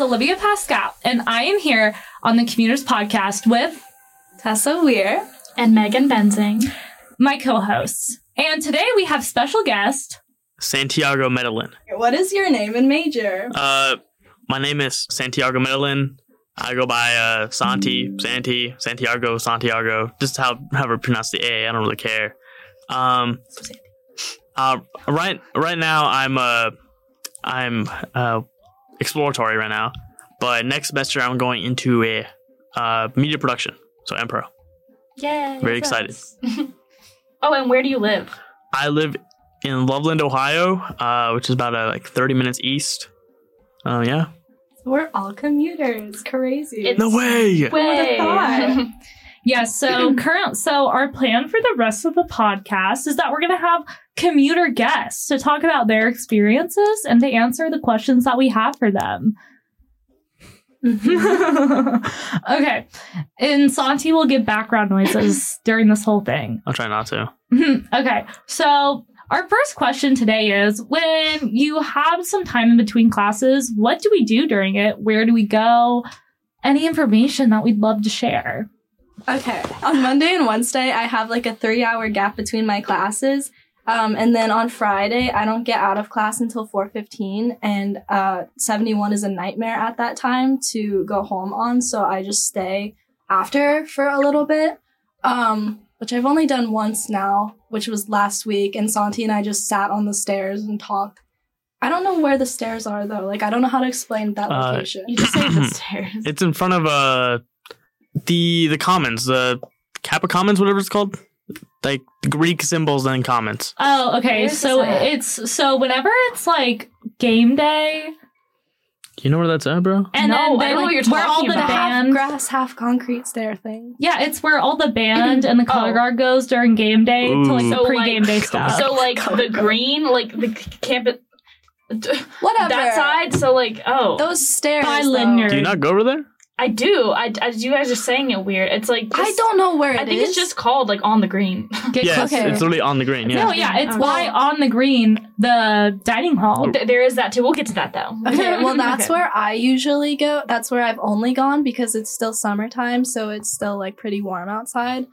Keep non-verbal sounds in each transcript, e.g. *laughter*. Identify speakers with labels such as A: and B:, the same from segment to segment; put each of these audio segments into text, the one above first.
A: Olivia Pascal, and I am here on the Commuters Podcast with
B: Tessa Weir.
C: and Megan Benzing.
A: my co hosts. And today we have special guest.
D: Santiago Medellin.
B: What is your name and major?
D: Uh, my name is Santiago Medellin. I go by uh, Santi, Santi, Santiago, Santiago, just how however pronounce the A. I don't really care. Um, uh, right right now I'm uh, I'm uh, exploratory right now, but next semester I'm going into a uh, media production, so Empro.
C: Yay.
D: Very
C: yes.
D: excited.
C: *laughs* oh, and where do you live?
D: I live in Loveland, Ohio, uh, which is about uh, like 30 minutes east. Oh yeah,
B: We're all commuters. Crazy.
C: It's-
D: no way.
B: would've
C: Way.
B: thought?
A: Yeah,
C: *clears throat*
A: so current so our plan for the rest of the podcast is that we're gonna have commuter guests to talk about their experiences and to answer the questions that we have for them.
B: *laughs*
A: *laughs*
B: Mm-hmm.
A: okay. And Santi will give background noises during this whole thing.
D: I'll try not to.
A: Mhm. *laughs* okay. So, our first question today is when you have some time in between classes, what do we do during it? Where do we go? Any information that we'd love to share?
B: Okay. On Monday and Wednesday, I have like a three hour gap between my classes. Um, and then on Friday, I don't get out of class until 4.15 and uh, 71 is a nightmare at that time to go home on. So I just stay after for a little bit, um, which I've only done once now, which was last week. And Santi and I just sat on the stairs and talked. I don't know where the stairs are though. Like, I don't know how to explain that
D: Uh,
B: location.
C: *laughs* You just say the stairs.
D: *laughs* It's in front of uh the the commons, the Kappa Commons, whatever it's called, like the Greek symbols and commons.
A: Oh, okay.
B: Where's
A: So
B: this at?
A: it's so whenever it's like game day,
D: You know where that's at, bro?
A: and then
C: No, I
A: they,
C: know what
A: like,
C: you're
A: where all
C: talking
A: the
C: about.
B: half
A: band,
B: grass, half concrete stair thing.
A: yeah, it's where all the
C: *clears throat*
A: band and the color
C: Oh.
A: guard goes during game day to like
D: Ooh.
A: the
C: So, like,
A: pre-game day
D: come on.
A: stuff.
C: so like
B: Color
C: the
B: code.
C: green, like the c- campus
B: Whatever.
C: that side. So like oh,
B: Those stairs.
A: By
B: though.
A: Lindner.
D: Do you not go over there?
C: I do. I, I you guys are saying it weird. It's like
B: I
C: just-
B: don't know where it
C: I think it's
B: is.
C: just called like on the green.
A: Get
D: Yes,
A: closer.
B: Okay.
D: it's literally on the green. Yeah.
A: No, yeah, it's
C: Okay.
A: why on the green the dining hall.
C: Th- there is that too. We'll get to that though.
B: *laughs* Okay,
C: *laughs*
B: well, that's
C: Okay.
B: where I usually go. That's where I've only gone because it's still summertime, so it's still like pretty warm outside.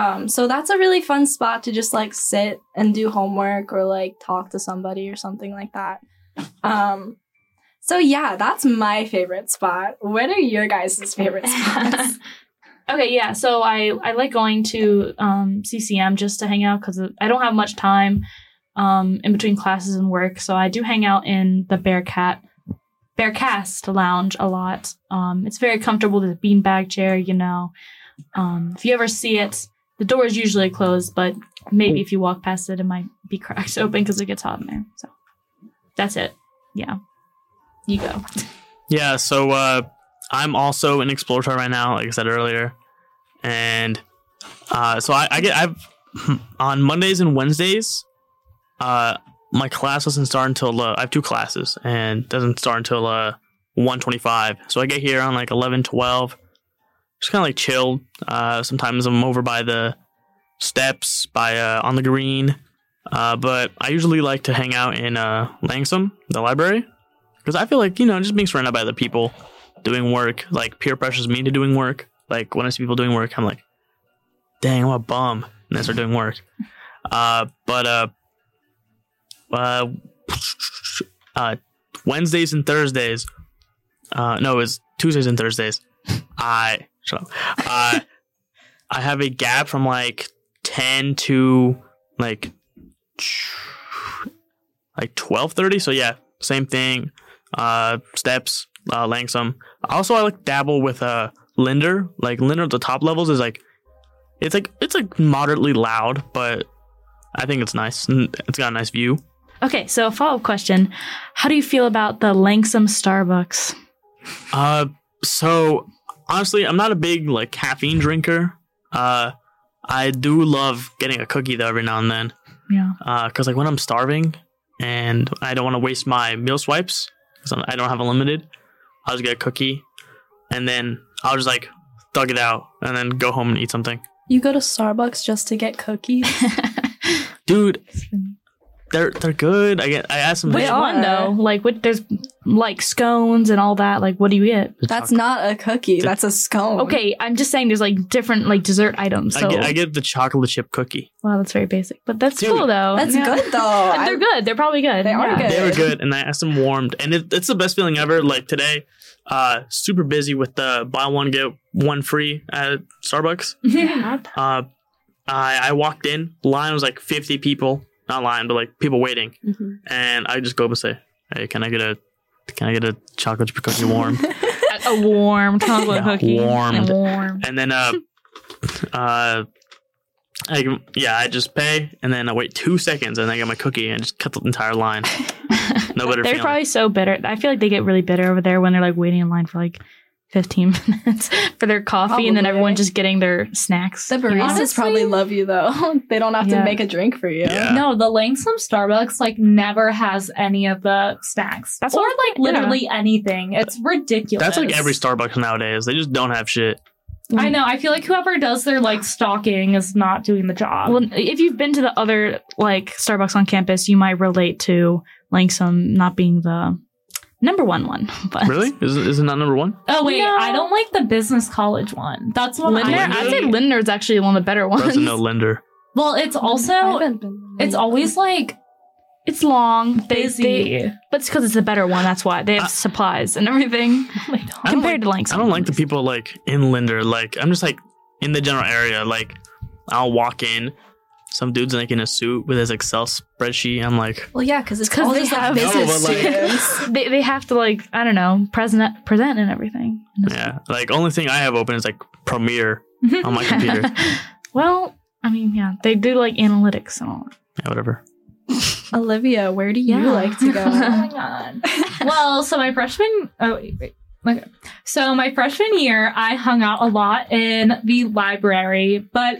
B: Um, so that's a really fun spot to just like sit and do homework or like talk to somebody or something like that. Um, so yeah, that's my favorite spot. What are your guys'
C: *laughs*
B: favorite spots?
C: Okay, yeah. So I I like going to um, CCM just to hang out because I don't have much time um, in between classes and work. So I do hang out in the Bearcat Bearcast Lounge a lot. Um, it's very comfortable. There's a beanbag chair, you know. Um, if you ever see it, the door is usually closed, but maybe if you walk past it, it might be *laughs* cracked open because it gets hot in there. So that's it. Yeah, you go.
D: Yeah, so uh, I'm also an exploratory right now, like I said earlier, and uh, so I, I get I've *clears throat* on Mondays and Wednesdays, uh, my class doesn't start until uh, I have two classes and doesn't start until uh, one twenty five. So I get here on like 11, 12. just kind of like chill. Uh, sometimes I'm over by the steps, by uh, on the green, uh, but I usually like to hang out in uh, Langsam, the library because I feel like you know just being surrounded by other people doing work like peer pressures me into doing work like when I see people doing work I'm like dang what a bum and they start doing work *laughs* uh but uh uh, *laughs* uh Wednesdays and Thursdays uh no it's Tuesdays and Thursdays *laughs* I shut up uh, I have a gap from like 10 to like like 12:30 so yeah same thing uh, steps, uh, Langsum. Also, I like dabble with uh, Linder. Like Linder, at the top levels is like, it's like it's like moderately loud, but I think it's nice. and It's got a nice view.
C: Okay, so follow up question: How do you feel about the Langsam Starbucks?
D: Uh, so honestly, I'm not a big like caffeine drinker. Uh, I do love getting a cookie though every now and then.
C: Yeah.
D: because Uh, like when I'm starving and I don't want to waste my meal swipes because I don't have unlimited, I'll just get a cookie and then I'll just like thug it out and then go home and eat something.
B: you go to Starbucks just to get cookies?
D: Dude, they're they're good. I get I asked some.
C: Which
B: *laughs* They are.
C: one though? Like, what? There's like scones and all that. Like, what do you get?
D: The
B: That's
D: chocolate-
B: not a cookie.
D: Did-
B: That's a scone.
C: Okay, I'm just saying there's like different like dessert items. So
D: I get, I get the chocolate chip cookie.
C: wow, that's very basic, but that's
D: Dude.
C: cool though.
B: That's
C: Oh, Yeah.
B: good though.
C: *laughs* And
B: I-
C: they're good. They're probably good.
B: They are
C: Yeah.
B: good.
D: They were good, and I asked them warmed, and it, it's the best feeling ever. Like today, uh, super busy with the buy one get one free at Starbucks.
A: *laughs*
D: Uh, I, I walked in, line was like fifty people, not line, but like people waiting,
B: Mhm.
D: and I just go up and say, "Hey, can I get a can I get a chocolate chip cookie
B: *laughs*
D: warm?"
C: A warm chocolate
D: *laughs* Yeah,
C: cookie.
D: warmed.
C: Warm.
D: and then uh, uh. I, yeah, I just pay and then I wait two seconds and I get my cookie and just cut the entire line. *laughs* No better
C: They're
D: feeling.
C: probably so bitter. I feel like they get really bitter over there when they're like waiting in line for like 15 *laughs* minutes for their coffee and then
B: Probably.
C: everyone's just getting their snacks.
B: The baristas
A: Honestly-
B: probably love you though. *laughs* they don't have
C: Yeah.
B: to make a drink for you.
D: Yeah.
A: No, the Langsam Starbucks like never has any of the snacks.
C: That's
A: or
C: what I'm
A: like
C: saying, yeah.
A: literally anything. It's ridiculous.
D: That's like every Starbucks nowadays. They just don't have shit.
A: I know. I feel like whoever does their like stocking is not doing the job.
C: Well, if you've been to the other like Starbucks on campus, you might relate to Langsam not being the number one one. *laughs* But
D: Really? Is it, is it not number one?
A: oh wait,
C: No.
A: I don't like the business college one. That's one
C: Lindner,
A: I
C: I'd
A: hate.
C: say Lindner's actually one of the better ones. *laughs*
D: Doesn't know lender.
A: Well, it's also it's always like
C: It's long, they,
A: busy.
C: they- *laughs* but it's because it's a better one. That's why they have
D: I-
C: supplies and everything
D: I don't
C: compared to Langsam.
D: I don't like the people like in lender. Like I'm just like in the general area. Like I'll walk in, some dude's like in a suit with his Excel spreadsheet. I'm
C: *laughs*
D: like,
B: Well, yeah, because it's
C: 'Cause
B: all
C: they
B: just like
C: have-
D: No,
B: business
D: but, like-
C: *laughs*
B: students.
C: They they have to like I don't know present present and everything.
D: yeah. Like only thing I have open is like Premiere on my computer.
C: *laughs*
D: yeah,
C: well, I mean, yeah, they do like analytics and all.
D: whatever.
B: Olivia, where do you
C: Yeah.
B: like to go?
A: *laughs* oh my god. well, so my freshman. Oh wait, wait. Okay. So my freshman year, I hung out a lot in the library, but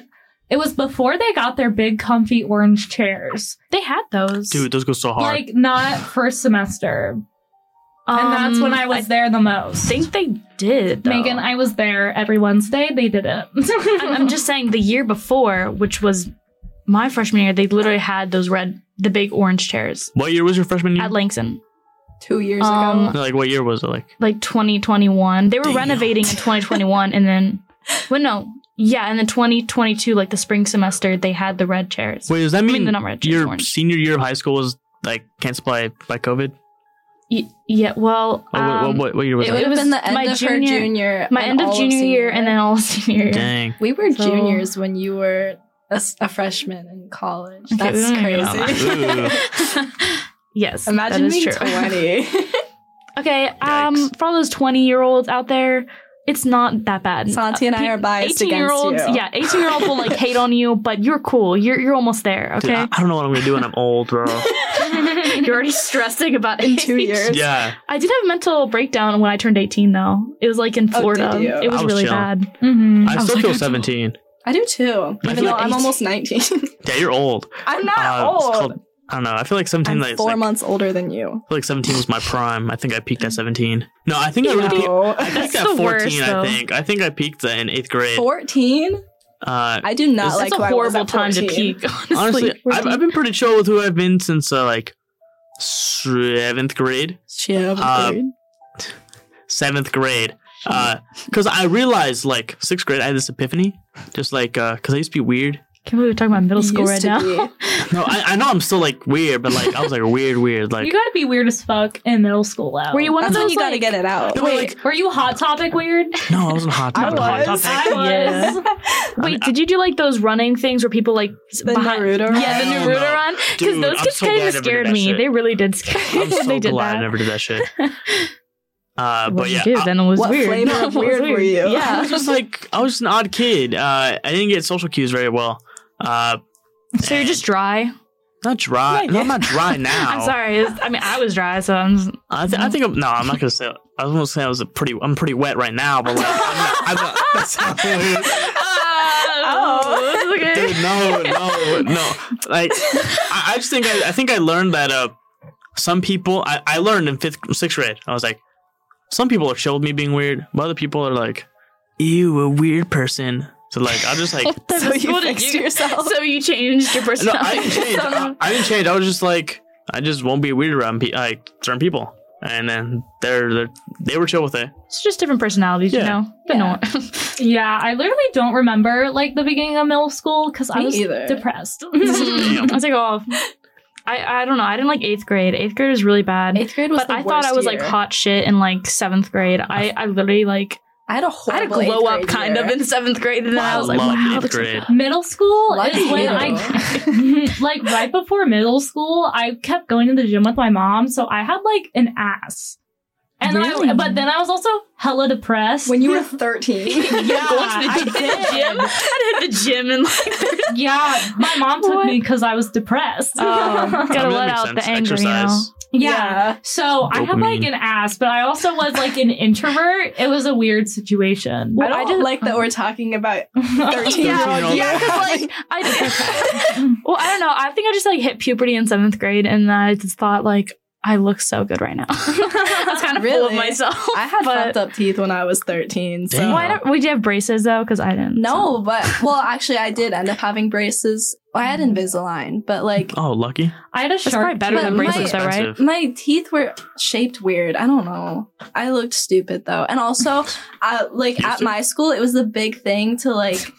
A: it was before they got their big, comfy orange chairs.
C: They had those,
D: Dude, those go so hard.
A: Like not first semester,
C: Um,
A: and that's when I was there the most.
C: think they did. Though.
A: Megan, I was there every Wednesday. They did it. *laughs*
C: I'm I'm just saying the year before, which was my freshman year, they literally had those red, the big orange chairs
D: what year was your freshman year?
C: at Langston,
B: *laughs* Two years
C: Um,
B: ago.
D: No, like what year was it? Like
C: like 2021. They were
D: Damn.
C: renovating in 2021, and then, well, no, yeah, and then 2022, like the spring semester, they had the red chairs.
D: wait, does that
C: I
D: mean,
C: mean, they're not red chairs.
D: your
C: orange.
D: senior year of high school was like canceled by by COVID?
C: Y- yeah, well,
D: Or Oh, what,
C: um,
D: what, what, what year was
B: It
D: that?
B: would
C: it
B: have
C: was
B: been the end
C: my
B: of
C: junior-
B: her junior,
C: my
B: and
C: end of
B: all
C: junior year and then all of senior year.
D: Dang.
B: We were
C: So-
B: juniors when you were a, s- a freshman in college.
C: Okay, Mm. we
B: That's
C: don't even know
D: Ooh.
B: crazy.
C: *laughs* yes,
B: *laughs* Imagine
C: that is
B: being
C: true.
B: twenty.
C: *laughs* Okay, um,
D: Yikes.
C: for all those twenty-year-olds out there, it's not that bad.
B: Santi and I are biased against
C: Eighteen-year-olds,
B: you.
C: yeah, eighteen-year-olds will like hate on you, but you're cool. You're you're almost there.
D: Dude, I,
C: Okay,
D: I don't know what I'm gonna do when I'm old,
C: *laughs*
D: bro.
C: you're already stressing about
B: In
C: age.
B: two years.
D: yeah,
C: I did have a mental breakdown when I turned eighteen, though. It was like in
B: Oh, did
C: Florida.
B: you?
C: it was,
D: I was
C: really
D: chill.
C: bad.
A: Mhm.
D: I
C: was
D: still
C: like,
D: feel
C: *laughs* I don't-
D: 17.
B: I do too.
D: I
B: Even
D: feel
B: though
D: like-
B: I'm almost nineteen. *laughs*
D: Yeah, you're old.
B: I'm not
D: Uh,
B: old.
D: It's called, I don't know. I feel like 17.
B: I'm
D: Like,
B: four
D: like-
B: months older than you.
D: I feel like 17 was my prime. I think I peaked
B: Mm.
D: at 17. No, I think I really peaked.
B: No.
D: I *laughs* peaked
C: That's
D: at 14.
C: the worst,
D: I
C: though.
D: think. I think I peaked in eighth grade.
B: Fourteen?
D: Uh,
B: I do not
D: That's
B: like.
C: It's
B: who
C: a
B: I was
C: horrible
B: at
C: time to
B: 14.
C: peak. *laughs* Honestly,
D: honestly, I've, I've been pretty chill with who I've been since uh, like seventh grade.
B: Shit.
D: Uh,
B: dude.
D: seventh grade because i realized like sixth grade i had this epiphany just like because i used to be weird
C: Can we were talking about middle
B: It
C: school
B: used
C: right
B: to
C: now? *laughs*
B: be.
D: no I, I know i'm still like weird but like i was like weird weird like
A: you gotta be weird as fuck in middle school. Though.
C: Were you one
B: That's
C: of
B: when
C: those?
B: you gotta
C: like-
B: get it out.
D: No, like,
A: Were you hot topic weird?
D: no i wasn't hot
B: I
D: topic hot
B: was.
D: topic.
C: Yeah. Wait, did you do like those running things where people like s-
B: The
C: behind-
B: Naruto run? *laughs*
C: Yeah, the
D: Hell
C: Naruto
D: Oh, no.
C: run. Because
D: Dude,
C: those
D: I'm
C: kids
D: so
C: kind
D: glad I
C: of
D: never did
C: scared
D: that
C: me.
D: shit.
C: They really did scare *laughs* me.
D: i'm so
C: they did
D: glad
C: that.
D: i never did that
C: *laughs*
D: shit uh
C: What
D: but
C: did
D: yeah
C: you do
D: I,
C: then? It was
B: What
C: weird. *laughs*
B: flavor
C: It was
B: of weird were you?
D: I
B: *laughs*
C: Yeah.
D: was just like i was just an odd kid uh i didn't get social cues very well uh
C: So you're just dry.
D: not dry no, i'm not dry now
C: *laughs* I'm sorry. Mm-hmm. It's- I mean, I was dry, so I'm.
B: *laughs*
C: Just,
D: I, th- I think I'm, no i'm not gonna say i was gonna say i was a pretty i'm pretty wet right now but like i'm not, I'm not that's not weird.
C: oh, okay.
D: Dude, no,
C: *laughs*
D: no, no. Like, I, I just think I, I think I learned that uh, some people I, I learned in fifth, sixth grade. I was like, some people are chill with me being weird, but other people are like, "Ew, a weird person." So like, I
C: *laughs*
D: just like,
B: So you
C: What did
B: fixed
C: you- *laughs*
B: yourself.
C: So you changed your
D: no,
C: personality.
D: I didn't change. I, I didn't change. I was just like, I just won't be weird around pe- like certain people. and then they're, they're they were chill with it.
C: It's just different personalities,
D: Yeah.
C: you know. But
B: Yeah.
C: no, *laughs*
A: Yeah, I literally don't remember like the beginning of middle school because I
B: Me
A: was
B: either.
C: *laughs*
A: depressed.
D: Damn.
C: I was like, oh, I I don't know. I didn't like eighth grade. Eighth grade was really bad.
B: Eighth grade was
C: but
B: the
C: I thought
B: worst
C: I was like
B: year.
C: hot shit in like seventh grade. I, I literally like
B: I had a
C: I had a
B: horrible
C: glow
B: eighth
C: up
B: grade
C: kind
B: year.
C: of in seventh grade, and then I was like,
D: loved
C: wow,
D: eighth
C: looks like
D: grade.
C: that.
A: middle school
B: Lucky
A: is when
B: you.
C: *laughs*
A: I *laughs* like right before middle school, I kept going to the gym with my mom, so I had like an ass. And then I,
C: Really?
A: but then I was also hella depressed.
B: *laughs* when you
C: *laughs*
B: were *laughs*
A: *laughs*
B: 13.
A: yeah,
C: Going to the
D: *laughs*
A: I did.
C: gym, *laughs* I hit the gym and
B: *laughs*
C: like,
A: yeah, my mom took
C: What?
A: me because I was depressed.
C: Oh, gotta
D: I mean, that
C: let
D: makes
C: out the
D: sense.
C: anger, you know.
D: Exercise.
A: *laughs* yeah. So I had like
D: Dopamine.
A: an ass, but I also was like an introvert. It was a weird situation.
B: I, don't like that we're talking *laughs* about 13 year old.
D: 13-year-old.
C: Yeah, 'cause, *laughs* like I well, I don't know. I think I just like hit puberty in seventh grade, and I just thought like I look so good right now. *laughs* I was kind of full of
B: Really?
C: myself.
B: *laughs* I had
C: But-
B: fucked up teeth when I was 13. So.
D: Damn.
C: *laughs* Why don't, would you have braces though? Because I didn't.
B: No, but
C: *laughs*
B: well, actually, I did end up having braces. I had Invisalign, but like
D: Oh, lucky.
A: I had a
C: so. it's probably
A: sharp
C: better
B: But
C: than
B: my-
C: braces, though, right?
D: Expensive.
B: my teeth were shaped weird. I don't know. I looked stupid though, and also, I, like at my school, it was the big thing to like.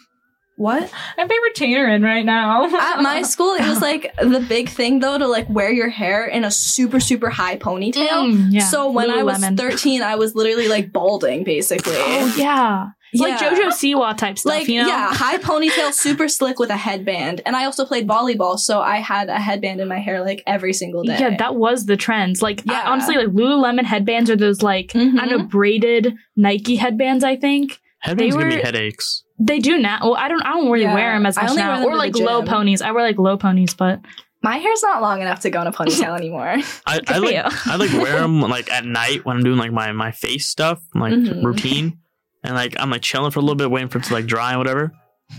B: What?
A: I pay retainer in right now.
C: *laughs*
B: At my school, it was like the big thing though to like wear your hair in a super, super high ponytail.
C: Mm, yeah.
B: So when I was
C: Lululemon.
B: 13, I was literally like balding basically.
C: Oh yeah. Like
B: Yeah.
C: JoJo Siwa type stuff,
B: like
C: you know?
B: yeah, high ponytail, super slick with a headband. And I also played volleyball, so I had a headband in my hair like every single day.
C: Yeah, that was the trends. Like I-
B: Yeah. Mm-hmm.
C: honestly, like Lululemon headbands are those like I don't know braided Nike headbands. I think
D: Headbands give me
C: were-
D: headaches.
C: they do now. Well, I don't. I don't really
B: Yeah.
C: wear them as
B: I
C: much
B: only wear
C: now.
B: them
C: Or
B: to the
C: like low
B: gym.
C: ponies. I wear like low ponies, but
B: my hair's not long enough to go in a ponytail
C: *laughs*
B: anymore.
D: I, I
C: for
D: like
C: you.
D: I like wear them like at night when I'm doing like my my face stuff, like
B: Mhm.
D: routine, and like I'm like chilling for a little bit, waiting for it to like dry and whatever.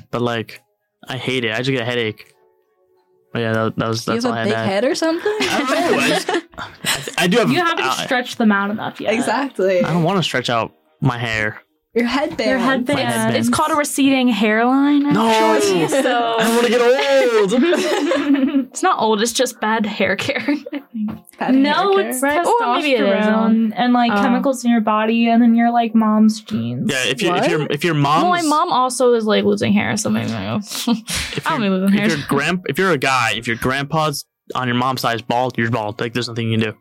D: But like, I hate it. I just get a headache. But yeah, that, that was
B: Do you
D: that's
B: have
D: all
B: a
D: I
B: big
D: had.
B: head or something?
D: I don't know. I, just-
C: *laughs*
B: *laughs*
D: I- I do
A: *laughs*
D: have.
A: you haven't
D: uh,
A: stretched them out enough yet.
B: exactly.
D: I don't want to stretch out my hair.
B: Your headband.
A: Your
D: My
A: headband.
D: headband.
C: uh, it's called a receding hairline.
D: No.
C: actually, *laughs*
D: I don't
C: so
D: want to get
A: *laughs*
D: old.
C: it's not old. It's just bad hair care.
B: *laughs* Patty
A: no,
B: Hacker.
A: it's
C: Right.
A: testosterone
C: Or maybe it is,
A: and like
C: Oh.
A: chemicals in your body, and then your like mom's genes.
D: *laughs* yeah, if you if
B: What?
D: your if your mom's
C: *laughs* well, my mom also is like losing hair, so maybe I *laughs*
D: if
C: don't
D: your-
C: be losing hair.
D: if your grand if you're a guy if your grandpa's on your mom's side is bald you're bald like there's nothing you can do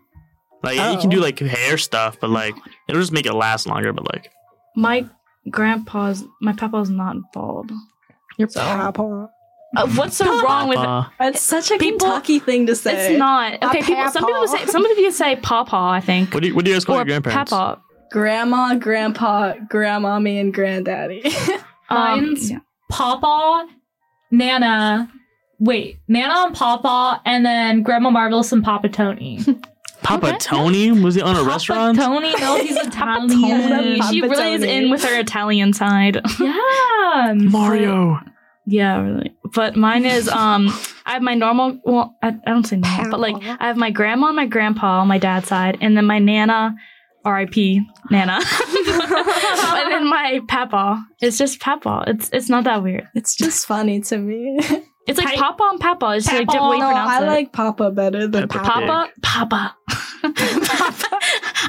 D: like you can do
B: Oh.
D: like hair stuff but like it'll just make it last longer but like
C: my grandpa's my papa's not bald.
B: Your
C: So-
B: papa.
C: Uh, what's so wrong with
D: uh,
B: That's such a
C: People-
B: Kentucky thing to say.
C: It's not
B: A
C: okay. People, some people say
B: papa.
C: some people say papa. I think
D: what do you what do you guys call your grandparents
C: papa.
B: Grandma, grandpa, grandmommy, and granddaddy. *laughs*
C: Um,
A: Mine's-
C: yeah.
A: Papa, Nana, wait, Nana and Papa, and then Grandma Marvelous and Papa Tony.
D: *laughs* Papa
C: Okay.
D: Tony was he on a
A: Papa
D: restaurant
A: Tony, no, *laughs* he's
C: Papa
A: Italian.
C: Tony. She
B: Papa
C: really is
B: Tony.
C: in with her Italian side.
A: *laughs* Yeah, *laughs*
D: Mario
C: yeah, really. But mine is um, I have my normal. Well, I, I don't say normal, but like
B: Papa.
C: I have my grandma and my grandpa on my dad's side, and then my nana, R.I.P. Nana, *laughs* and then my papa. It's just papa. It's it's not that weird.
B: it's just funny to me.
C: It's like
A: Hey.
C: papa and papa. It's just like
A: Papa.
C: different way you
B: no,
C: pronounce
B: I
C: it.
B: like papa better than
D: Papa.
B: papa.
C: Papa, Papa. Papa.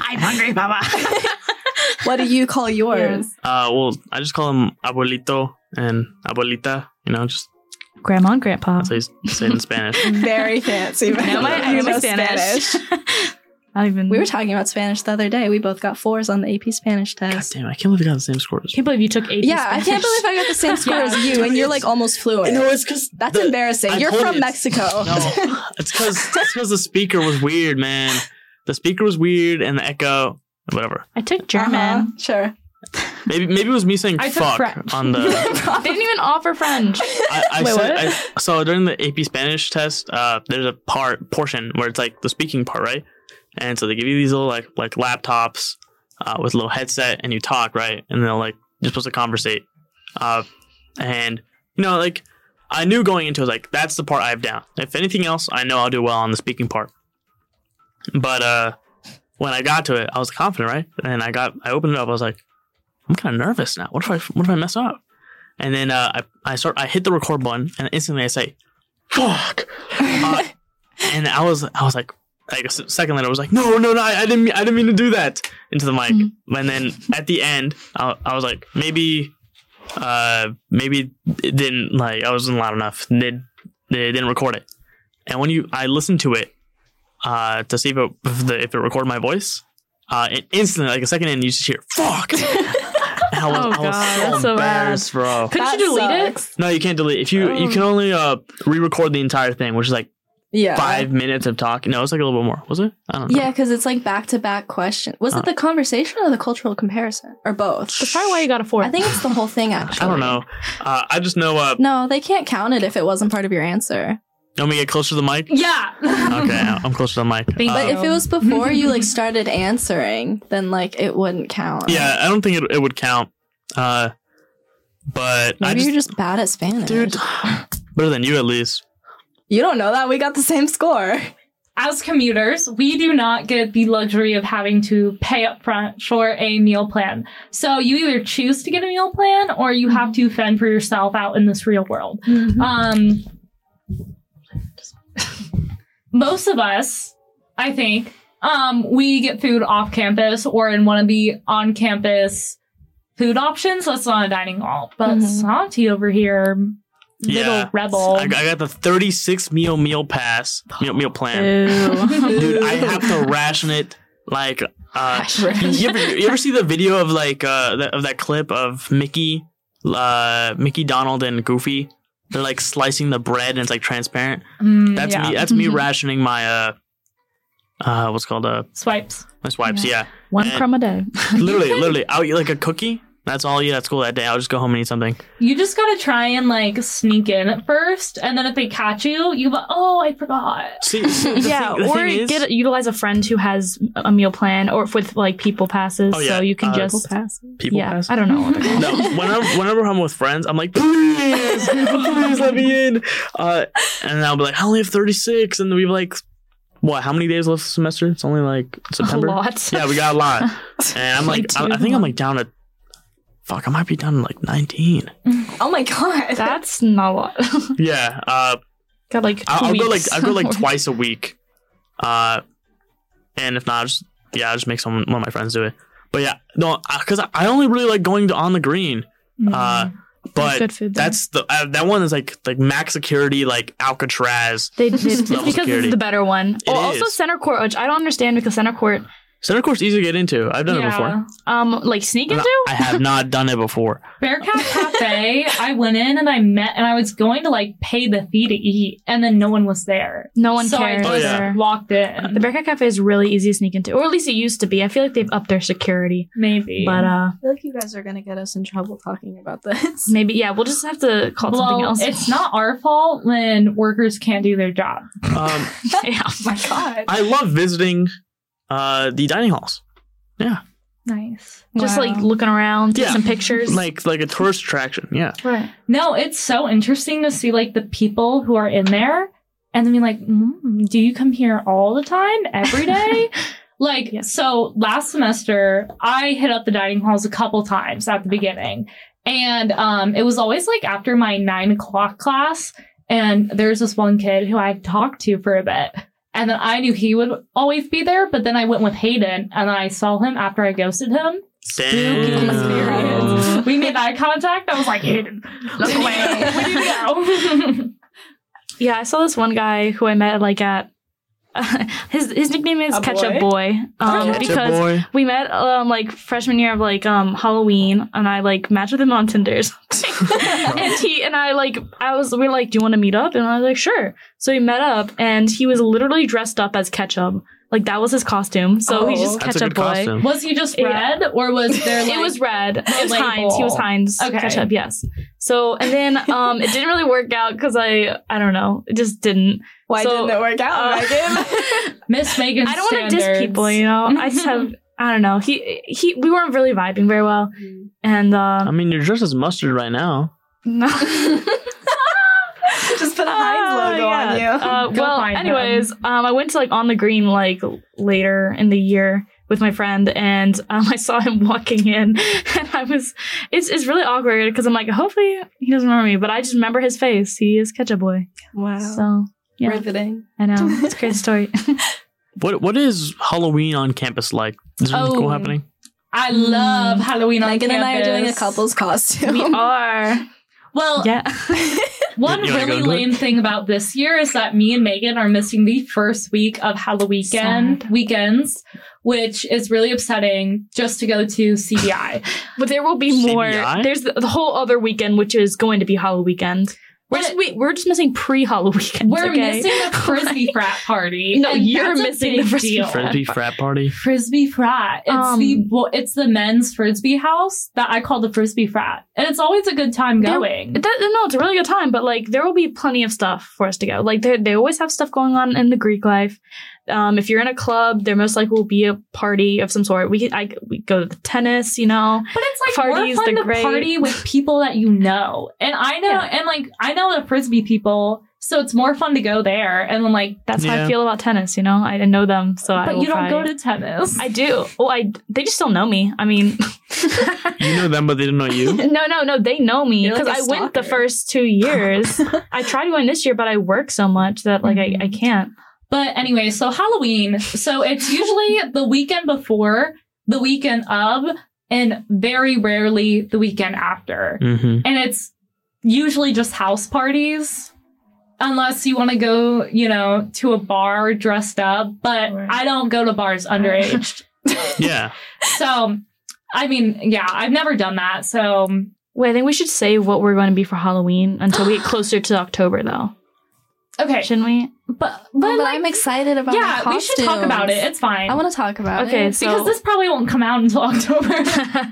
C: I'm hungry, Papa.
B: What do you call yours?
D: uh well I just call him abuelito and abuelita you know just
C: Grandma and Grandpa.
D: that's how you say it in
A: *laughs*
D: Spanish
B: Very *laughs* fancy.
C: I know my, I know my
B: No
C: Spanish. Not even.
B: *laughs* We were talking about Spanish the other day. We both got fours on the AP Spanish
D: god
B: test.
D: damn I can't believe we got the same scores
C: can't believe you took AP
B: Yeah, I can't
C: Spanish.
B: believe I got the
C: *laughs*
B: same score as you, and you're like almost fluent.
D: it's because
B: That's embarrassing.
D: I
B: You're
D: told
B: from
D: you. *laughs*
B: Mexico. Uh-huh.
D: No, it's because the speaker was weird, man. The speaker was weird, and the echo, whatever.
C: I took German.
B: Uh-huh, Sure.
D: Maybe maybe it was me saying
A: I took
D: fuck
A: French.
D: on
A: *laughs*
D: the.
C: They didn't even offer
B: *laughs*
C: French.
D: I, I
B: Wait,
D: said,
B: what?
D: I, so during the AP Spanish test, uh, there's a part portion where it's like the speaking part, right? And so they give you these little like like laptops uh, with a little headset, and you talk, right? And they'll like you're supposed to conversate, uh, and you know like I knew going into it like that's the part I have down. If anything else, I know I'll do well on the speaking part. But uh, when I got to it, I was confident, right? And I got I opened it up, I was like, I'm kind of nervous now. What if I what if I mess up? And then uh, I I start I hit the
C: *laughs*
D: record button, and instantly I say, "Fuck!" Uh, and I was I was like, like a s- second later, I was like, no, no, no, I, I didn't, mean- I didn't mean to do that into the mic.
C: Mhm.
D: And then at the end, I, I was like, maybe, uh, maybe it didn't like I wasn't loud enough. They, they didn't record it. And when you, I listened to it, uh, to see if it, if, the, if it recorded my voice. Uh, it instantly, like a second in, you just hear
C: *laughs*
D: "fuck." And I was,
C: Oh,
D: I was
C: God,
D: so
C: that's so bad.
D: embarrassed, bro.
C: Couldn't
B: That
C: you delete
B: sucks.
D: No, you can't delete. If you, you
C: Oh.
D: can only uh re-record the entire thing, which is like
B: *laughs* Yeah.
D: five minutes of talking. No, it's like a little bit more. Was it? I don't know.
B: Uh-huh. Yeah, because it's like back to back question. Was
D: Uh.
B: it the conversation or the cultural comparison or both?
C: it? Probably why you got a four.
B: I think it's the whole thing. Actually,
D: I don't know. Uh, I just know. Uh,
B: No, they can't count it if it wasn't part of your answer.
D: let me to get closer to the mic.
A: Yeah. *laughs*
D: Okay, I- I'm closer to the mic.
C: Thank
D: Uh,
B: But
C: you.
B: if it was before you like started answering, then like it wouldn't count.
D: yeah, I don't think it, it would count. Uh, but I
B: Maybe
D: just,
B: you're just bad at Spanish.
D: dude, better than you at least.
B: You don't know that. We got the same score.
A: As commuters, we do not get the luxury of having to pay up front for a meal plan. So you either choose to get a meal plan or you have to fend for yourself out in this real world. Um, *laughs* most of us, I think, um, we get food off campus or in one of the on campus food options. That's not a dining hall, but
B: Mhm.
A: Santi over here, little
D: Yeah.
A: rebel.
D: I, I got the 36 meal meal pass meal meal plan.
B: *laughs*
C: Ew.
D: Dude, I have to ration it like. Uh, you, ever, you ever see the video of like uh that, of that clip of Mickey, uh Mickey Donald and Goofy? They're like slicing the bread and it's like transparent.
A: Mm,
D: That's
A: yeah.
D: me. That's me
C: Mhm.
D: rationing my uh, uh, what's it called uh,
A: Swipes.
D: my swipes. Yeah,
C: One
D: And-
C: crumb a day.
D: literally, literally. I'll eat like a cookie. That's all I'll eat at school that day. I'll just go home and eat
C: *laughs*
D: something.
A: You just gotta try and like sneak in at first, and then if they catch you, you go, "Oh, I forgot."
D: See, see, the
C: yeah,
D: thing- the
C: or
D: thing is-
C: get utilize a friend who has a meal plan or if with like people passes,
D: Oh, yeah,
C: so you can
D: uh,
C: just
D: people
C: yeah,
D: pass? *laughs*
C: I don't know. What they're called.
D: no, whenever, whenever I'm with friends, I'm like, please, please let me in. Uh, and I'll be like, I only have 36. And we have like, what, how many days left this semester? It's only like September.
C: *laughs* A lot.
D: Yeah, we got a
C: *laughs*
D: lot. And I'm
C: Me
D: like, I, I
C: too.
D: think I'm like down to, fuck, I might be down to like 19.
B: Oh my god.
C: That's not a lot. *laughs*
D: Yeah. Uh,
C: got like 2
D: I'll, I'll go like,
C: weeks.
D: I'll go like twice a week. Uh, and if not, I'll just, yeah, I'll just make someone, one of my friends do it. But yeah, no, because I, I only really like going to on the green. Uh,
C: There's
D: but
C: good food there.
D: That's the uh, that one is like like max security like Alcatraz.
C: they did it's
D: *laughs* Level
C: because
D: security.
C: it's the better one.
D: It
C: oh, also
D: is.
C: center court, which I don't understand because center court
D: Center court's easy to get into. I've done it before.
C: um like sneak
D: And
C: into.
D: I, I
C: *laughs*
D: have not done it before.
A: Bearcat Cafe, *laughs* I went in and I met, and I was going to like pay the fee to eat, and then no one was there.
C: no one
A: so
C: cares.
A: I
D: Oh,
A: just
D: yeah.
A: walked
C: The
A: in.
C: Bearcat Cafe is really easy to sneak into, or at least it used to be. I feel like they've upped their security,
A: Maybe.
C: but uh,
B: I feel like you guys are gonna get us in trouble talking about this.
C: maybe yeah, we'll just have to call it something
A: well,
C: else.
A: it's not our fault when workers can't do their job.
D: Um,
C: *laughs*
A: *laughs*
C: yeah.
A: Oh
B: my *laughs* god.
D: I love visiting uh, the dining halls,
A: Nice.
C: just like looking around, take
D: Yeah.
C: some pictures.
D: like like a tourist attraction. Yeah,
C: right.
A: No, it's so interesting to see like the people who are in there and then be like, mm, do you come here all the time, every day? like,
C: Yes.
A: so last semester, I hit up the dining halls a couple times at the beginning. And um, it was always like after my nine o'clock class. And there's this one kid who I talked to for a bit. And then I knew he would always be there. But then I went with Hayden and I saw him after I ghosted him.
D: damn.
B: experience.
A: We made eye contact. I was like, Hayden, look *laughs* away. We need to go.
C: Yeah, I saw this one guy who I met like at *laughs* his his nickname is
B: A
C: Ketchup Boy, um,
B: Ketchup
C: because
D: boy.
C: we met um, like freshman year of like um, Halloween, and I like matched with him on Tinder. or *laughs* something. and he and I like I was we were like, do you want to meet up? And I was like, sure. So we met up, and he was literally dressed up as Ketchup. Like that was his costume. So he's
B: Oh.
C: just
D: That's a good
C: Ketchup Boy.
A: *laughs*
D: costume.
A: Was he just
C: Yeah.
A: red, or was there? Like,
C: it was red. It was
A: label.
C: Heinz. He was Heinz
A: Okay.
C: ketchup. Yes. So and then um, it didn't really work out because I I don't know. It just didn't.
B: Why
C: So,
B: didn't it work out,
C: uh,
B: Megan? *laughs*
A: Miss Megan.
C: I don't want to diss people. You know. I just have. *laughs* I don't know. He he. We weren't really vibing very well. And
D: I
C: um,
D: mean, you're dressed as mustard right now.
C: *laughs* no.
B: Just put a Heinz logo
C: Ah, yeah.
B: on you.
C: Uh,
A: Go
C: well,
A: find them.
C: anyways, um, I went to like on the green like later in the year with my friend, and um, *laughs* I saw him walking in, *laughs* and I was it's it's really awkward because I'm like, hopefully he doesn't remember me, but I just remember his face. He is Ketchup Boy,
B: wow.
C: so yeah,
B: Riveting.
C: *laughs* I know it's a great story.
D: What What is Halloween on campus like? Is there anything cool
A: Oh.
D: happening?
A: I love Halloween on
B: Megan and I are
A: campus.
B: doing a couple's
A: *laughs*
C: We *laughs*
B: costume.
C: are.
A: Well,
C: Yeah.
A: one
D: You wanna go
A: really
D: into it?
A: lame thing about this year is that me and Megan are missing the first week of Halloween
C: Sad.
A: weekends, which is really upsetting just to go to CBI.
C: But there will be
D: CBI?
C: more. There's the, the whole other weekend, which is going to be Halloween weekend. We're
A: But-
C: just, we, we're just missing pre Halloween.
A: We're missing the frisbee frat party.
C: No,
A: and
C: you're
A: that's a
C: missing
A: big
C: the frisbee
A: deal.
C: frat. *laughs*
D: Frisbee frat party.
A: Frisbee frat. It's
C: Um,
A: the well, it's the men's frisbee house that I call the frisbee frat, and it's always a good time
C: There-
A: going.
C: It does- no, it's a really good time, but like there will be plenty of stuff for us to go. Like they they always have stuff going on in the Greek life. Um, if you're in a club, there most likely will be a party of some sort. We can, I we go to the tennis, you know.
A: But it's like
C: Parties,
A: more fun
C: the
A: to
C: great-
A: party with people that you know, and I know,
C: Yeah.
A: and like I know the frisbee people, so it's more fun to go there. And then like,
C: That's how
D: Yeah.
C: I feel about tennis, you know. I know them, so I.
A: but
C: will
A: you don't
C: probably-
A: go to tennis.
C: I do. Oh, I they just don't know me. I mean,
D: You know them, but they don't know you.
C: *laughs* no, no, no. They know me
B: You're like
C: because
B: a
C: I went the
B: stalker.
C: first two
B: *laughs*
C: years. I tried going this year, but I work so much that like I,
B: Mm-hmm.
C: I can't.
A: but anyway, so Halloween, so it's *laughs* usually the weekend before, the weekend of, and very rarely the weekend after.
D: Mm-hmm.
A: and it's usually just house parties unless you want to go you know to a bar dressed up but
C: Right.
A: i don't go to bars
B: *laughs*
A: underage
C: *laughs*
D: Yeah.
A: so i mean yeah i've never done that so
C: Wait, I think we should save what we're going to be for Halloween until we get closer to October, though,
A: okay
C: shouldn't we?
A: but but,
B: but
A: like,
B: I'm excited about my
A: yeah we should talk about it
B: costumes.
A: it's fine
B: I want to talk about
C: Okay,
B: it.
C: so
A: because this probably won't come out until *laughs*
B: *laughs*
A: october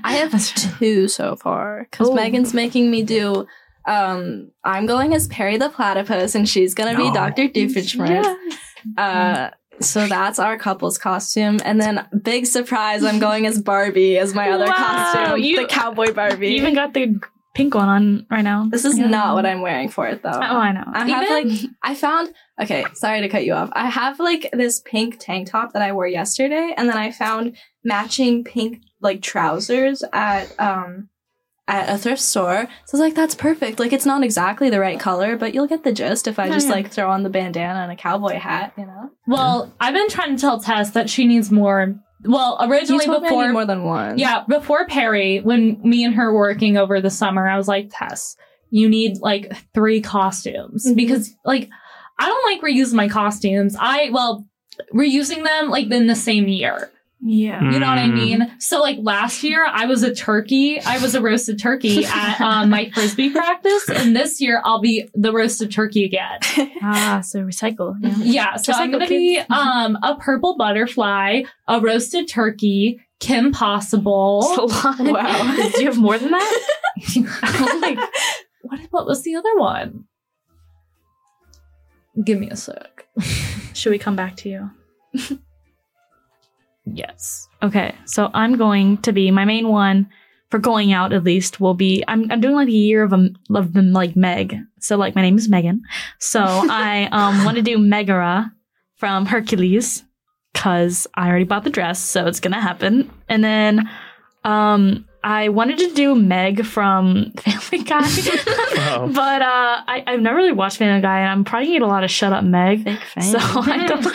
B: I have two so far because
C: Ooh.
B: Megan's making me do. Um, I'm going as Perry the Platypus, and she's gonna be
D: No.
B: Doctor Doofenshmirtz. Uh, so that's our couple's costume, and then big surprise, I'm going as Barbie as my other
C: Wow,
B: costume,
C: you-
B: the cowboy Barbie.
C: You even got the pink one on right now.
B: this is
A: Yeah.
B: not what I'm wearing for it though.
C: Oh, I know.
B: I have
A: Even-
B: like I found okay, sorry to cut you off. I have like this pink tank top that I wore yesterday and then I found matching pink like trousers at um at a thrift store. So I was like that's perfect. Like it's not exactly the right color, but you'll get the gist if I
C: Yeah,
B: just
C: yeah.
B: like throw on the bandana and a cowboy hat, you know.
A: well i've been trying to tell tess that she needs more well
B: You
A: originally
B: told me I need
A: before
B: more than one. *laughs*
A: Yeah, before Perry, when me and her were working over the summer, I was like, Tess, you need like three costumes
C: Mm-hmm.
B: Mhm.
A: because like I don't like reusing my costumes. I well reusing them like in the same year.
C: yeah.
A: You know what I mean? So like last year I was a turkey. I was a roasted
C: *laughs*
A: turkey at um, my frisbee practice, and this year I'll be the roasted turkey again.
C: Ah, so recycle.
B: *laughs*
C: Yeah.
A: Yeah, so
C: Just
A: I'm
C: like
A: gonna
C: the
A: be
C: kids.
A: um a purple butterfly, a roasted turkey, Kim Possible.
C: It's a lot. *laughs*
B: Wow.
C: Do you have more than
B: *laughs*
C: that?
A: I'm
C: *laughs*
A: like, what, what was the other one? Give me a sec.
C: Should we come back to you?
A: Yes.
C: Okay, so I'm going to be my main one for going out at least will be I'm I'm doing like a year of a of them like Meg. So like my name is Megan. So I um want to do Megara from Hercules cuz I already bought the dress, so it's going to happen. And then um I wanted to do Meg from *laughs* Family Guy.
D: Wow.
C: But uh, I, I've never really watched Family Guy, and I'm probably gonna get a lot of shut up Meg.
B: Big fan.
C: So *laughs* I don't.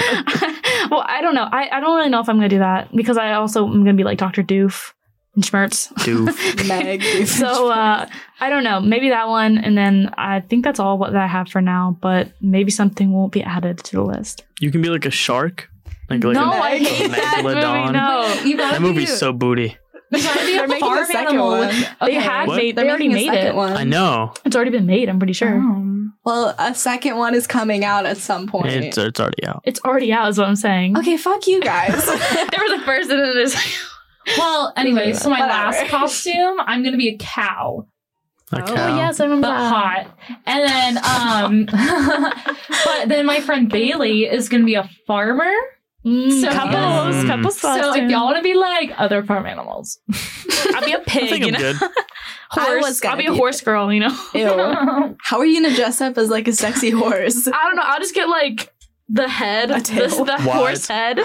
C: *laughs* well, I don't know. I, I don't really know if I'm gonna do that because I also am gonna be like Doctor Doof and Schmertz.
D: Doof.
C: *laughs*
B: Meg.
C: so uh, I don't know. Maybe that one, and then I think that's all what that I have for now. But maybe something won't be added to the list.
D: You can be like a shark. Like, like
C: no,
D: a,
C: I hate that movie.
D: Megalodon.
C: No,
A: You gotta
D: that movie's so booty.
A: you gotta be
B: They're
A: a
B: making a
A: farm
B: second
A: animal.
B: one.
A: with-
C: they had
D: What?
C: made. They
B: They're
C: already
B: making a
C: made
B: second
C: it.
B: one.
D: I know.
C: It's already been made. I'm pretty sure.
A: Um,
B: Well, a second one is coming out at some point.
D: It's it's already out.
C: It's already out. Is what I'm saying.
B: okay, fuck you *laughs* guys.
C: There was a first and then there's *laughs*
A: well, anyway, so my
B: Whatever.
A: last costume, I'm gonna be a cow,
D: A
B: Oh,
D: cow.
C: Oh yes, I remember.
A: but hot. And then, um, *laughs* but then my friend Bailey is gonna be a farmer.
C: Mm,
A: So-
C: couples,
D: Mm.
C: couples.
A: So if y'all wanna be like other farm animals,
C: I'll *laughs* be a
D: I
C: pig.
D: think
C: You
D: I'm
C: know?
D: good.
B: I
C: Horse.
B: was gonna
C: I'll be a
B: be
C: horse girl. You know.
A: *laughs*
B: Ew. How are you gonna dress up as like a sexy horse? *laughs*
C: I don't know. I'll just get like the head,
B: A
C: the,
B: tail.
C: the
D: What?
C: horse head,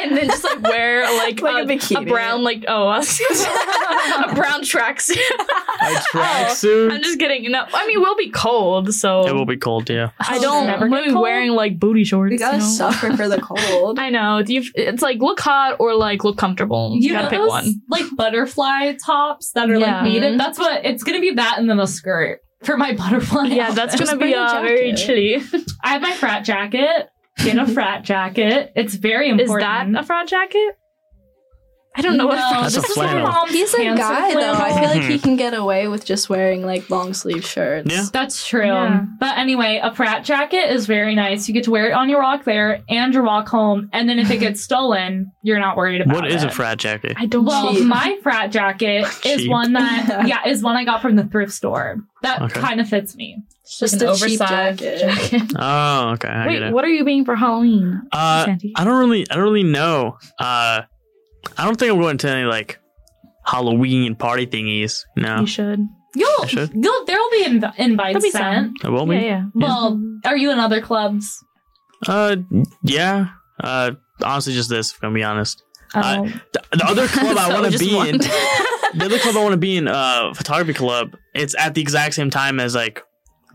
C: and then just like wear like,
B: Like a
C: a,
B: bikini.
C: brown like oh I was gonna say- *laughs* a brown tracksuit. *laughs* Oh.
D: A tracksuit.
C: I'm just kidding. No, I mean we'll be cold, so
D: it will be cold, yeah.
C: I
A: Oh,
C: don't
A: never
C: want
A: get
C: to be
A: cold?
C: wearing like booty shorts.
B: We gotta
C: you know?
B: suffer for the cold.
C: I know. Do you- It's like look hot or like look comfortable. You,
A: You
C: gotta
A: know
C: pick
A: those
C: one.
A: like butterfly tops that are
C: Yeah.
A: like needed. That's what it's gonna be. That and then a skirt for my *laughs* butterfly.
C: Yeah, that's
A: outfit.
C: gonna
B: Just
C: be
B: bring a
C: uh, very
B: jacket.
C: chilly. *laughs*
A: I have my frat jacket. Get a frat jacket. It's very
C: Is
A: important.
C: that a frat jacket? I don't know what
A: No,
D: That's a
A: this is
D: flannel.
A: my mom's
B: *laughs* He's a
A: pants
B: guy though.
A: flannel.
B: I feel like he can get away with just wearing like long sleeve shirts.
D: Mm-hmm. Yeah.
A: That's true.
C: Yeah.
A: But anyway, a frat jacket is very nice. You get to wear it on your walk there and your walk home. And then if it gets *laughs* stolen, you're not worried about
D: What is
A: it.
D: a frat jacket?
C: I don't
A: Well,
B: Cheap.
A: my frat
D: *laughs*
A: jacket is
D: Cheap.
A: one that yeah is one I got from the thrift store. That
D: Okay.
A: kind of fits me.
C: It's
B: just a
A: *laughs*
B: cheap jacket.
D: Oh, okay, I get
C: Wait,
D: it.
C: what are you being for Halloween?
D: Uh,
C: Sandy?
D: I don't really, I don't really know. Uh, I don't think I'm going to any like Halloween party thingies. No,
C: you should.
A: You'll
D: I should.
A: you'll there'll be inv-
C: That'd
A: invites
C: be
A: sent.
D: I will
C: Yeah,
D: be.
C: yeah.
A: Well, are you in other clubs?
D: Uh, yeah. Uh, honestly, just this. If I'm gonna be honest. I-
A: Oh.
D: The, the
C: *laughs*
D: other *laughs* club I
C: So
D: want to
C: just
D: be
C: one. *laughs*
D: in. The other club I want to be in, uh, photography club. It's at the exact same time as like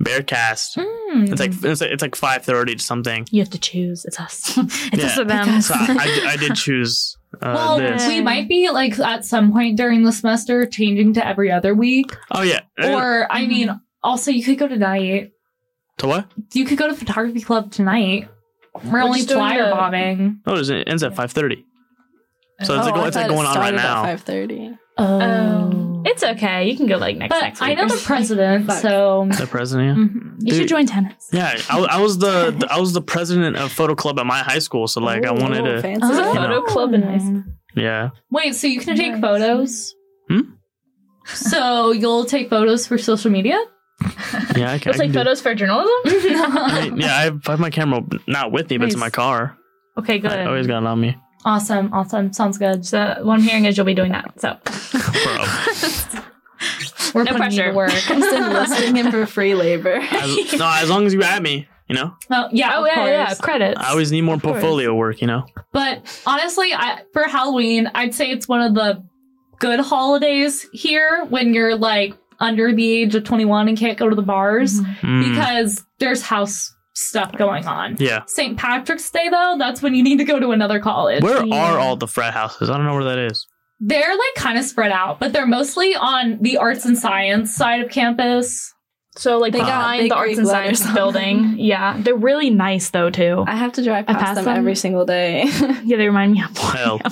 D: Bearcast.
A: Mm.
D: It's like it's like, it's like five thirty to something.
C: You have to choose. It's us. *laughs* it's
D: Yeah.
C: us or them.
D: So I,
C: *laughs*
D: I, I did choose uh,
A: well,
D: this.
A: we might be like at some point during the semester changing to every other week.
D: Oh yeah. Uh,
A: Or I mean, also you could go tonight.
D: to what?
A: You could go to photography club tonight. We're,
B: We're
A: only
B: just doing
A: flyer
B: a-
A: bombing.
D: Oh, it is- it ends at five thirty. So it's,
B: Oh,
D: like,
B: I
D: it's like
B: thought it
D: going on right now.
B: started at 5:30.
A: Oh,
C: Um, it's okay. You can go like next.
A: but
C: next
A: I
C: week
A: know
C: or
A: the
C: *laughs* something.
A: president,
B: Fuck.
A: so
D: The president. *laughs* Yeah.
A: mhm.
C: You should
D: Dude.
C: join tennis.
D: Yeah, I, I was the, the- I was the president of photo club at my high school, so like I
B: Ooh,
D: wanted to
B: fancy.
D: Oh. You know.
C: club in high school.
D: yeah.
A: wait. So you can take
C: Nice.
A: photos.
D: Hmm?
A: So you'll take photos for social
C: *laughs*
A: media.
D: Yeah, I can, I
C: It's like
D: can do-
C: photos for *laughs* journalism.
D: I mean, yeah, I have, I have my camera not with me, but it's in my
C: Nice.
D: car.
C: Okay, good.
D: I always got it on me.
A: awesome, awesome. Sounds good.
C: so what I'm hearing is you'll be doing that. So
D: Bro.
A: We're
C: No
A: putting you
C: pressure.
A: to *laughs* work.
C: *laughs*
B: Just enlisting him for free labor.
D: *laughs* As, no, as long as you at me, you know.
A: Well, yeah,
C: oh
A: of
C: yeah, yeah,
A: course.
C: credits.
D: I always need more
C: Of course.
D: portfolio work, you know.
A: But honestly, I, for Halloween, I'd say it's one of the good holidays here when you're like under the age of 21 and can't go to the
C: Mm-hmm.
A: bars
D: Mm,
A: because there's house stuff going on.
D: yeah.
A: St. Patrick's Day, though, that's when you need to go to another college.
D: Where are
C: yeah.
D: all the frat houses? I don't know where that is.
A: They're like kind of spread out, but they're mostly on the arts and science side of campus.
C: So like
B: They got
C: behind
B: big
C: the arts
B: Greek
C: and science
B: letters on
C: building. Yeah, they're really nice though too.
B: I have to drive
C: I
B: past,
C: pass
B: them,
C: them?
B: every single *laughs* day.
C: *laughs* Yeah, they remind me of
D: Hell.
C: *laughs*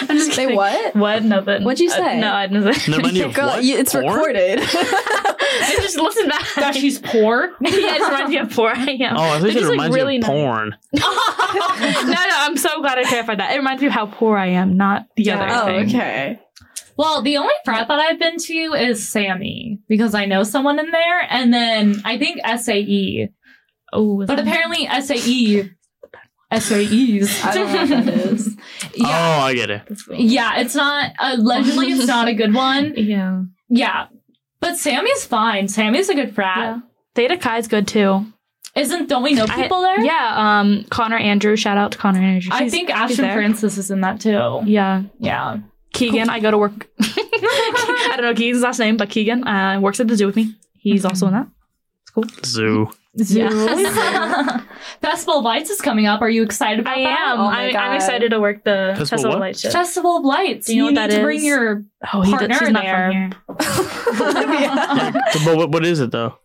C: I'm just
B: they
C: kidding.
B: what?
C: What? Nothing.
B: What'd you
C: Uh,
B: say?
C: no, I didn't say. *laughs*
D: No, my new
B: Girl, you- it's *laughs* recorded.
C: They just listen back.
A: That she's poor.
C: *laughs* yeah, it just reminds me of 4 a.m.
D: Oh, I
C: They're
D: think it
C: just, like,
D: reminds
C: really
D: me of
C: nice.
D: porn.
B: Oh,
C: no, no, I'm so glad I clarified that. It reminds me of how poor I am, not the
A: Yeah.
C: other
B: oh,
C: thing.
B: okay.
A: Well, the only frat that I've been to is Sammy because I know someone in there, and then I think SAE.
C: Oh, is
A: But
C: that-
A: apparently E, SAE, SAEs.
B: I don't know what that is.
A: *laughs* Yeah,
D: Oh, I get it.
A: yeah, it's not allegedly it's not a good one.
C: yeah,
A: Yeah, but Sammy's fine. Sammy's a good
C: yeah.
A: frat.
C: Uh, Theta Chi's good too.
A: Isn't don't we know
C: I-
A: people there?
C: Yeah, um, Connor Andrew. Shout out to Connor Andrew.
A: I
C: She's-
A: think
C: she's
A: Ashton
C: there.
A: Francis is in that too.
C: Yeah,
A: Yeah,
C: Keegan. I go to work. *laughs* I don't know Keegan's last name, but Keegan uh, works at the zoo with me. He's also in that. It's cool. *laughs*
D: Zoo.
A: Zoom. *laughs* Festival of Lights is coming up. Are you excited about
C: I
A: that?
C: am.
B: Oh my
C: I, I'm
B: God.
C: excited to work the
D: Festival
C: Festival of
D: what?
C: Light shift.
A: Festival of Lights.
C: Do you know what
A: need
C: that
A: to
C: is?
A: Bring your
C: Oh, he did,
A: partner
C: she's not
A: there.
C: from here.
B: *laughs* Olivia.
D: So, but what, what is it though?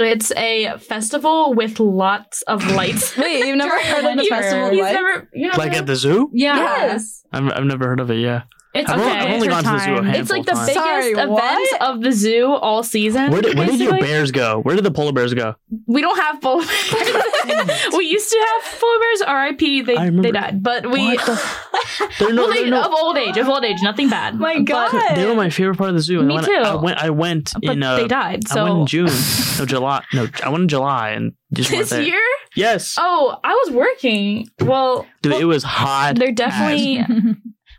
C: It's a festival with lots of lights.
B: Wait, you've never heard of the
A: You've-
B: festival of
C: He's
B: lights? *laughs*
C: never, you know,
D: Like at the zoo?
A: Yeah.
B: Yes.
D: I've, I've never heard of it. Yeah.
A: It's
D: I've, only, I've
C: okay.
D: only
C: It's
D: gone to the zoo a
A: time.
D: handful
C: it's like the
D: of
C: biggest
D: times.
B: Sorry,
C: event
B: what?
C: of the zoo all season.
D: Where did, where did your
C: basically.
D: bears go? Where did the polar bears go?
C: We don't have polar bears. we used to have polar bears. R.I.P. They
D: I remember.
C: they died, but we
D: What the
B: Oh
D: They're no,
C: well, they,
D: they're no-
C: of old age, of old age, nothing bad.
B: My
C: But-
B: God.
D: they were my favorite part of the zoo. I
C: Me
D: went,
C: too.
D: I went. I went
C: but
D: in. Uh,
C: they died.
D: I went
C: So
D: in
C: *laughs*
D: June. no, July. No, I went in July and just weren't
C: this
D: there.
C: year,
D: Yes,
C: oh, I was working. Well,
D: dude, it was hot.
A: *laughs*
C: they're definitely.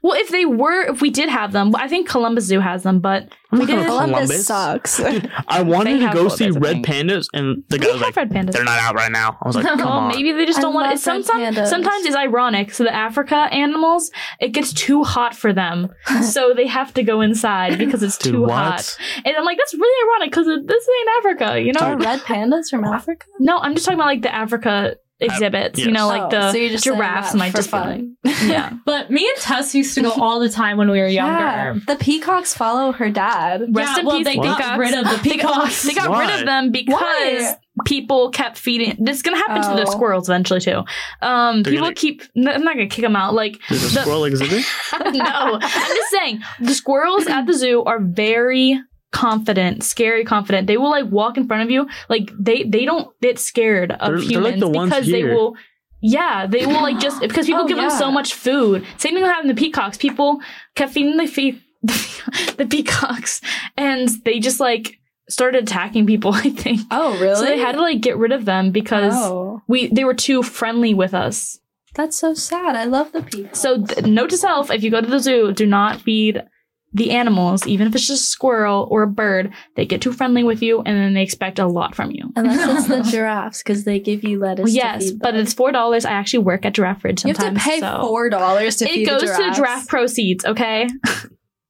C: Well, if they were, if we did have them, I think Columbus Zoo has them, but
D: I'm
C: We
D: not going to
C: did.
D: Columbus.
E: Columbus sucks.
D: Dude, I wanted
C: They
D: to
C: have
D: go
C: Columbus,
D: see
C: I
D: Red
C: think.
D: pandas, and the
C: we
D: guy was
C: have
D: like,
C: *laughs* red pandas.
D: "They're not out right now." I was
C: *laughs*
D: like,
A: Well,
D: "Come
C: Well,
D: on."
C: Oh, maybe they just
E: I
C: don't want
E: love
C: it.
E: red
C: Sometimes,
E: pandas.
C: sometimes it's ironic. So the Africa animals, it gets too hot for them, so they have to go inside
D: *laughs*
C: because it's
D: Dude,
C: too
D: what?
C: hot. And I'm like, that's really ironic because this ain't Africa, you know?
B: Are red pandas from Africa?
C: No, I'm just talking about like the Africa exhibits, you
D: yes.
C: know, like
B: Oh,
C: the
B: so you're just saying
C: giraffes
B: that
C: might
B: for
C: just be
B: fun.
C: like- yeah.
A: But me and Tess used to go all the time when we were younger.
B: The peacocks follow her dad.
C: Rest
A: yeah,
C: in
A: well,
C: peace,
A: they
C: peacocks.
A: got rid of the
C: *laughs* They got-
A: peacocks.
C: They got rid
D: Why?
C: of them because
B: Why?
C: people kept feeding. This is gonna happen to the
B: Oh.
C: squirrels eventually too. Um,
D: They're
C: people
D: gonna-
C: keep. No, I'm not gonna kick them out. Like
D: There's a
C: the-
D: squirrel exhibit.
C: *laughs* no, I'm just saying the squirrels at the zoo are very confident, scary confident. They will like walk in front of you, like they they don't get scared of
D: They're-
C: humans
D: they're like the ones
C: because
D: here.
C: they will. Yeah, they will like just because people
B: *gasps* Oh,
C: give them
B: yeah.
C: so much food. Same thing happened to peacocks. People kept feeding the fe- *laughs* the peacocks, and they just like started attacking people. *laughs* I think
B: Oh, really?
C: so. They had to like get rid of them because
B: Oh,
C: we they were too friendly with us.
B: that's so sad. I love the peacocks.
C: So, th- note to self if you go to the zoo, do not feed the animals, even if it's just a squirrel or a bird. They get too friendly with you and then they expect a lot from you.
B: Unless it's the giraffes, because they give you lettuce. to
C: yes,
B: feed
C: but
B: them.
C: it's $4. I actually work at Giraffe Ridge
B: you have
C: sometimes.
B: to pay
C: so-
B: four dollars to
C: It
B: feed
C: goes
B: a
C: to giraffe proceeds, okay?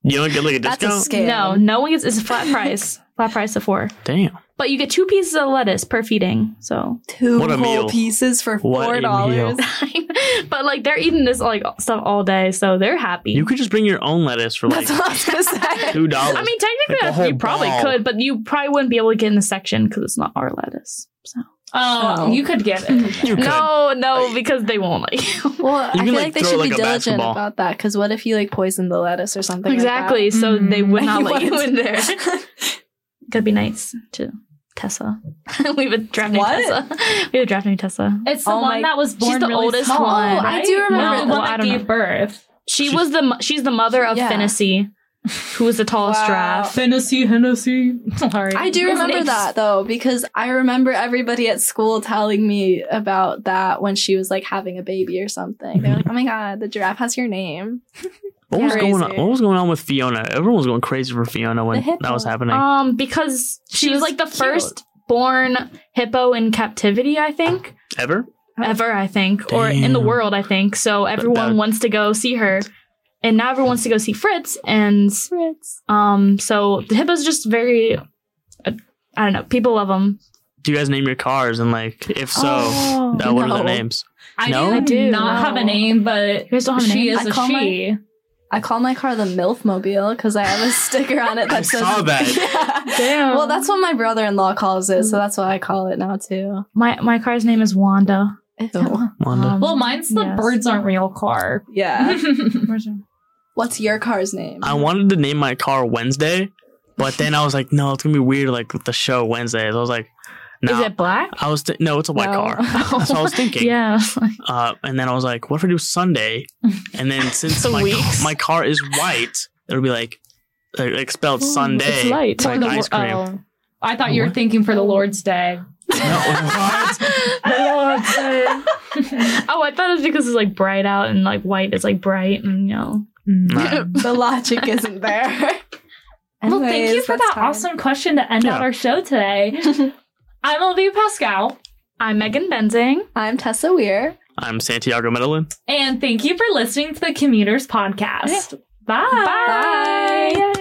D: You don't get like a
E: That's a
D: discount.
E: scam.
C: No,
B: um,
C: no one gets, it's a
B: *laughs*
C: flat price. flat price of four.
D: Damn.
C: But you get two pieces of lettuce per feeding, so.
B: *laughs*
E: Two
D: What a
E: whole
D: meal.
E: pieces for
D: What
E: four
D: a
E: dollars.
D: meal.
C: but like they're eating this like stuff all day, so they're happy.
D: You could just bring your own lettuce for like
E: That's what I was gonna say.
D: *laughs* two dollars.
C: *laughs* I mean, technically,
D: Oh, Like, the
C: that's-
D: whole
C: you probably
D: ball.
C: could, but you probably wouldn't be able to get in the section because it's not our lettuce. So
A: oh,
E: Oh.
A: you could get it.
D: you could.
C: no, no, because they won't like you.
B: Well, I
D: You can,
B: feel
D: like,
B: like, they
D: throw it
B: should
D: like
B: be
D: a
B: diligent
D: basketball.
B: about that. Because what if you like poison the lettuce or something? *laughs*
C: exactly. so
A: Mhm.
C: they would not let you
E: What?
C: in there. Gotta be nice to Tessa. *laughs* we have a draft named
E: What?
C: Tessa. We have a draft named Tessa.
A: It's the
E: Oh
A: one
E: my-
A: that was born
C: the
A: really
C: oldest
A: small,
C: one. Oh,
B: I
A: right?
B: do remember
A: The
C: that.
A: one
C: I
A: that
C: don't
A: gave
C: know.
A: birth.
C: She
D: She-
C: was the mo- she's the mother of
B: Yeah.
C: Fantasy, who was the tallest
B: Wow.
C: giraffe.
A: Hennessy,
C: *laughs*
A: Hennessy. Sorry.
B: *laughs* I do
C: Those
B: remember
C: names.
B: that though, because I remember everybody at school telling me about that when she was like having a baby or something. They're like, "Oh my god, the giraffe has your name."
D: what was going on?
B: crazy.
D: What was going on with Fiona? Everyone was going crazy for Fiona when
B: The hippo.
D: that was happening.
C: Um, because she,
A: She
C: was,
A: was
C: like the
A: cute.
C: first born hippo in captivity, I think.
D: Ever?
B: Oh.
C: ever, I think, or in the
D: Damn.
C: world, I think. So everyone
D: that-
C: wants to go see her, and now everyone wants to go see Fritz. And
B: Fritz.
C: um, so the hippo's just very, uh, I don't know, people love him.
D: Do you guys name your cars? And like, if so,
C: Oh,
D: now what are the
B: no.
D: names?
A: I
D: No?
A: do,
C: I do.
A: not have a name, but
C: You guys don't have a
A: she
C: name?
A: is
B: I
A: a
B: call my-
A: she.
B: I call my car the MILF Mobile because I have a sticker on it
D: *laughs*
B: that
D: I
B: says.
D: saw that. Um,
B: *laughs*
D: mm.
B: Yeah.
C: Damn.
B: Well, that's what my brother-in-law calls it, so that's what I call it now too.
C: my my car's name is Wanda.
B: Ew.
C: Um,
D: Wanda.
A: Well, mine's the
C: yes.
A: birds aren't real car.
D: *laughs*
A: *laughs*
B: Yeah.
A: Wait,
C: Where's your-
B: What's your car's name?
D: I wanted to name my car Wednesday, but then I was like, no, it's gonna be weird, like with the show Wednesday. So I was like, no.
C: Is it black?
D: I was th- no, it's a white
A: *laughs*
B: No.
D: car. That's what I was thinking.
C: *laughs* yeah.
D: Uh, and then I was like, what if I do Sunday? And
C: *laughs*
D: then since
C: The
D: my,
C: weeks.
D: my car is white, it'll be like, like, like spelled Sunday.
C: It's light.
D: like
C: *laughs*
D: ice cream.
A: Oh. I thought you were
D: What?
A: thinking
B: Oh.
A: for the Lord's Day.
B: *laughs*
D: No,
C: oh, I thought it was because it's like bright out and like white is like bright and you know.
A: *laughs*
D: Nah.
B: the logic isn't there.
A: well, thank you
B: Anyways,
A: for
B: that's
A: that
B: fine.
A: awesome question to end
D: Yeah.
A: out our show
B: *laughs*
A: today. I'm Olivia Pascal,
C: I'm Megan Benzing.
B: *laughs* I'm Tessa Weir.
D: I'm Santiago Medellin.
A: and thank you for listening to the Commuters Podcast. Bye.
C: Bye. Yay.